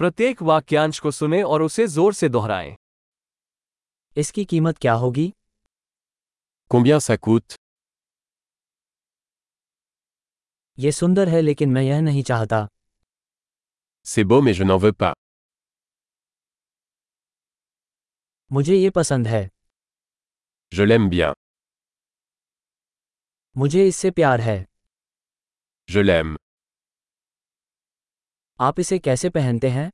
प्रत्येक वाक्यांश को सुने और उसे जोर से दोहराएं इसकी कीमत क्या होगी Combien ça coûte ये सुंदर है लेकिन मैं यह नहीं चाहता C'est beau mais je n'en veux pas. मुझे ये पसंद है Je l'aime bien. मुझे इससे प्यार है Je l'aime. आप इसे कैसे पहनते हैं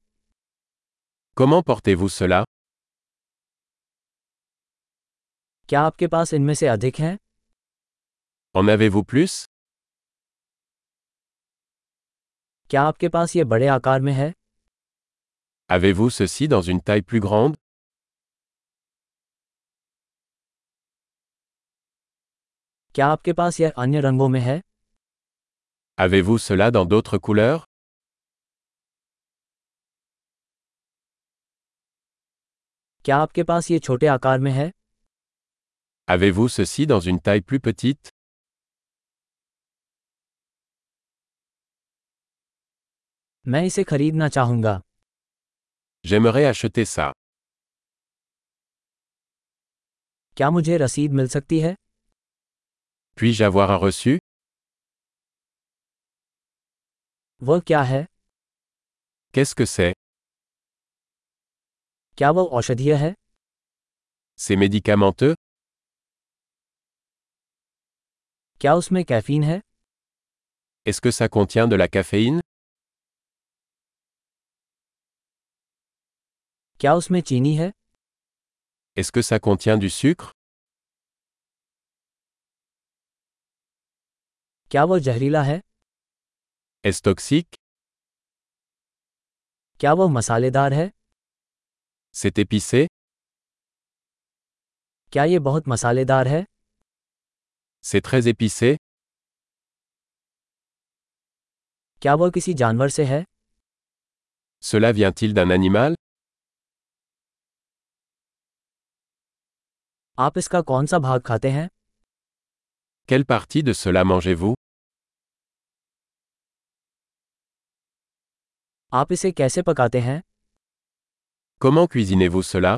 Comment portez-vous cela क्या आपके पास इनमें से अधिक हैं En avez-vous plus क्या आपके पास ये बड़े आकार में है Avez-vous ceci dans une taille plus grande क्या आपके पास यह अन्य रंगों में है Avez-vous cela dans d'autres couleurs क्या आपके पास ये छोटे आकार में है Avez-vous ceci dans une taille plus petite मैं इसे खरीदना चाहूंगा J'aimerais acheter ça. क्या मुझे रसीद मिल सकती है Puis-je avoir un reçu वह क्या है Qu'est-ce que c'est क्या वह औषधीय है C'est médicamenteux क्या उसमें कैफीन है Est-ce que ça contient de la caféine क्या उसमें चीनी है Est-ce que ça contient du sucre क्या वह जहरीला है Est-ce toxique क्या वह मसालेदार है C'est épicé क्या ये बहुत मसालेदार है C'est très épicé क्या वह किसी जानवर से है Cela vient-il d'un animal आप इसका कौन सा भाग खाते हैं Quelle partie de cela mangez-vous आप इसे कैसे पकाते हैं Comment cuisinez-vous cela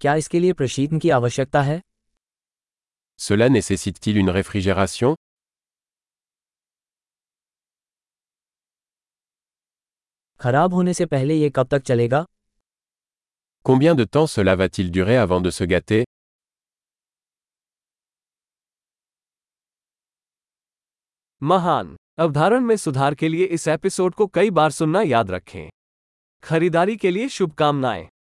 क्या इसके लिए प्रशीतन की आवश्यकता है Cela nécessite-t-il une réfrigération खराब होने से पहले ये कब तक चलेगा Combien de temps cela va-t-il durer avant de se gâter महान अवधारण में सुधार के लिए इस एपिसोड को कई बार सुनना याद रखें खरीदारी के लिए शुभकामनाएं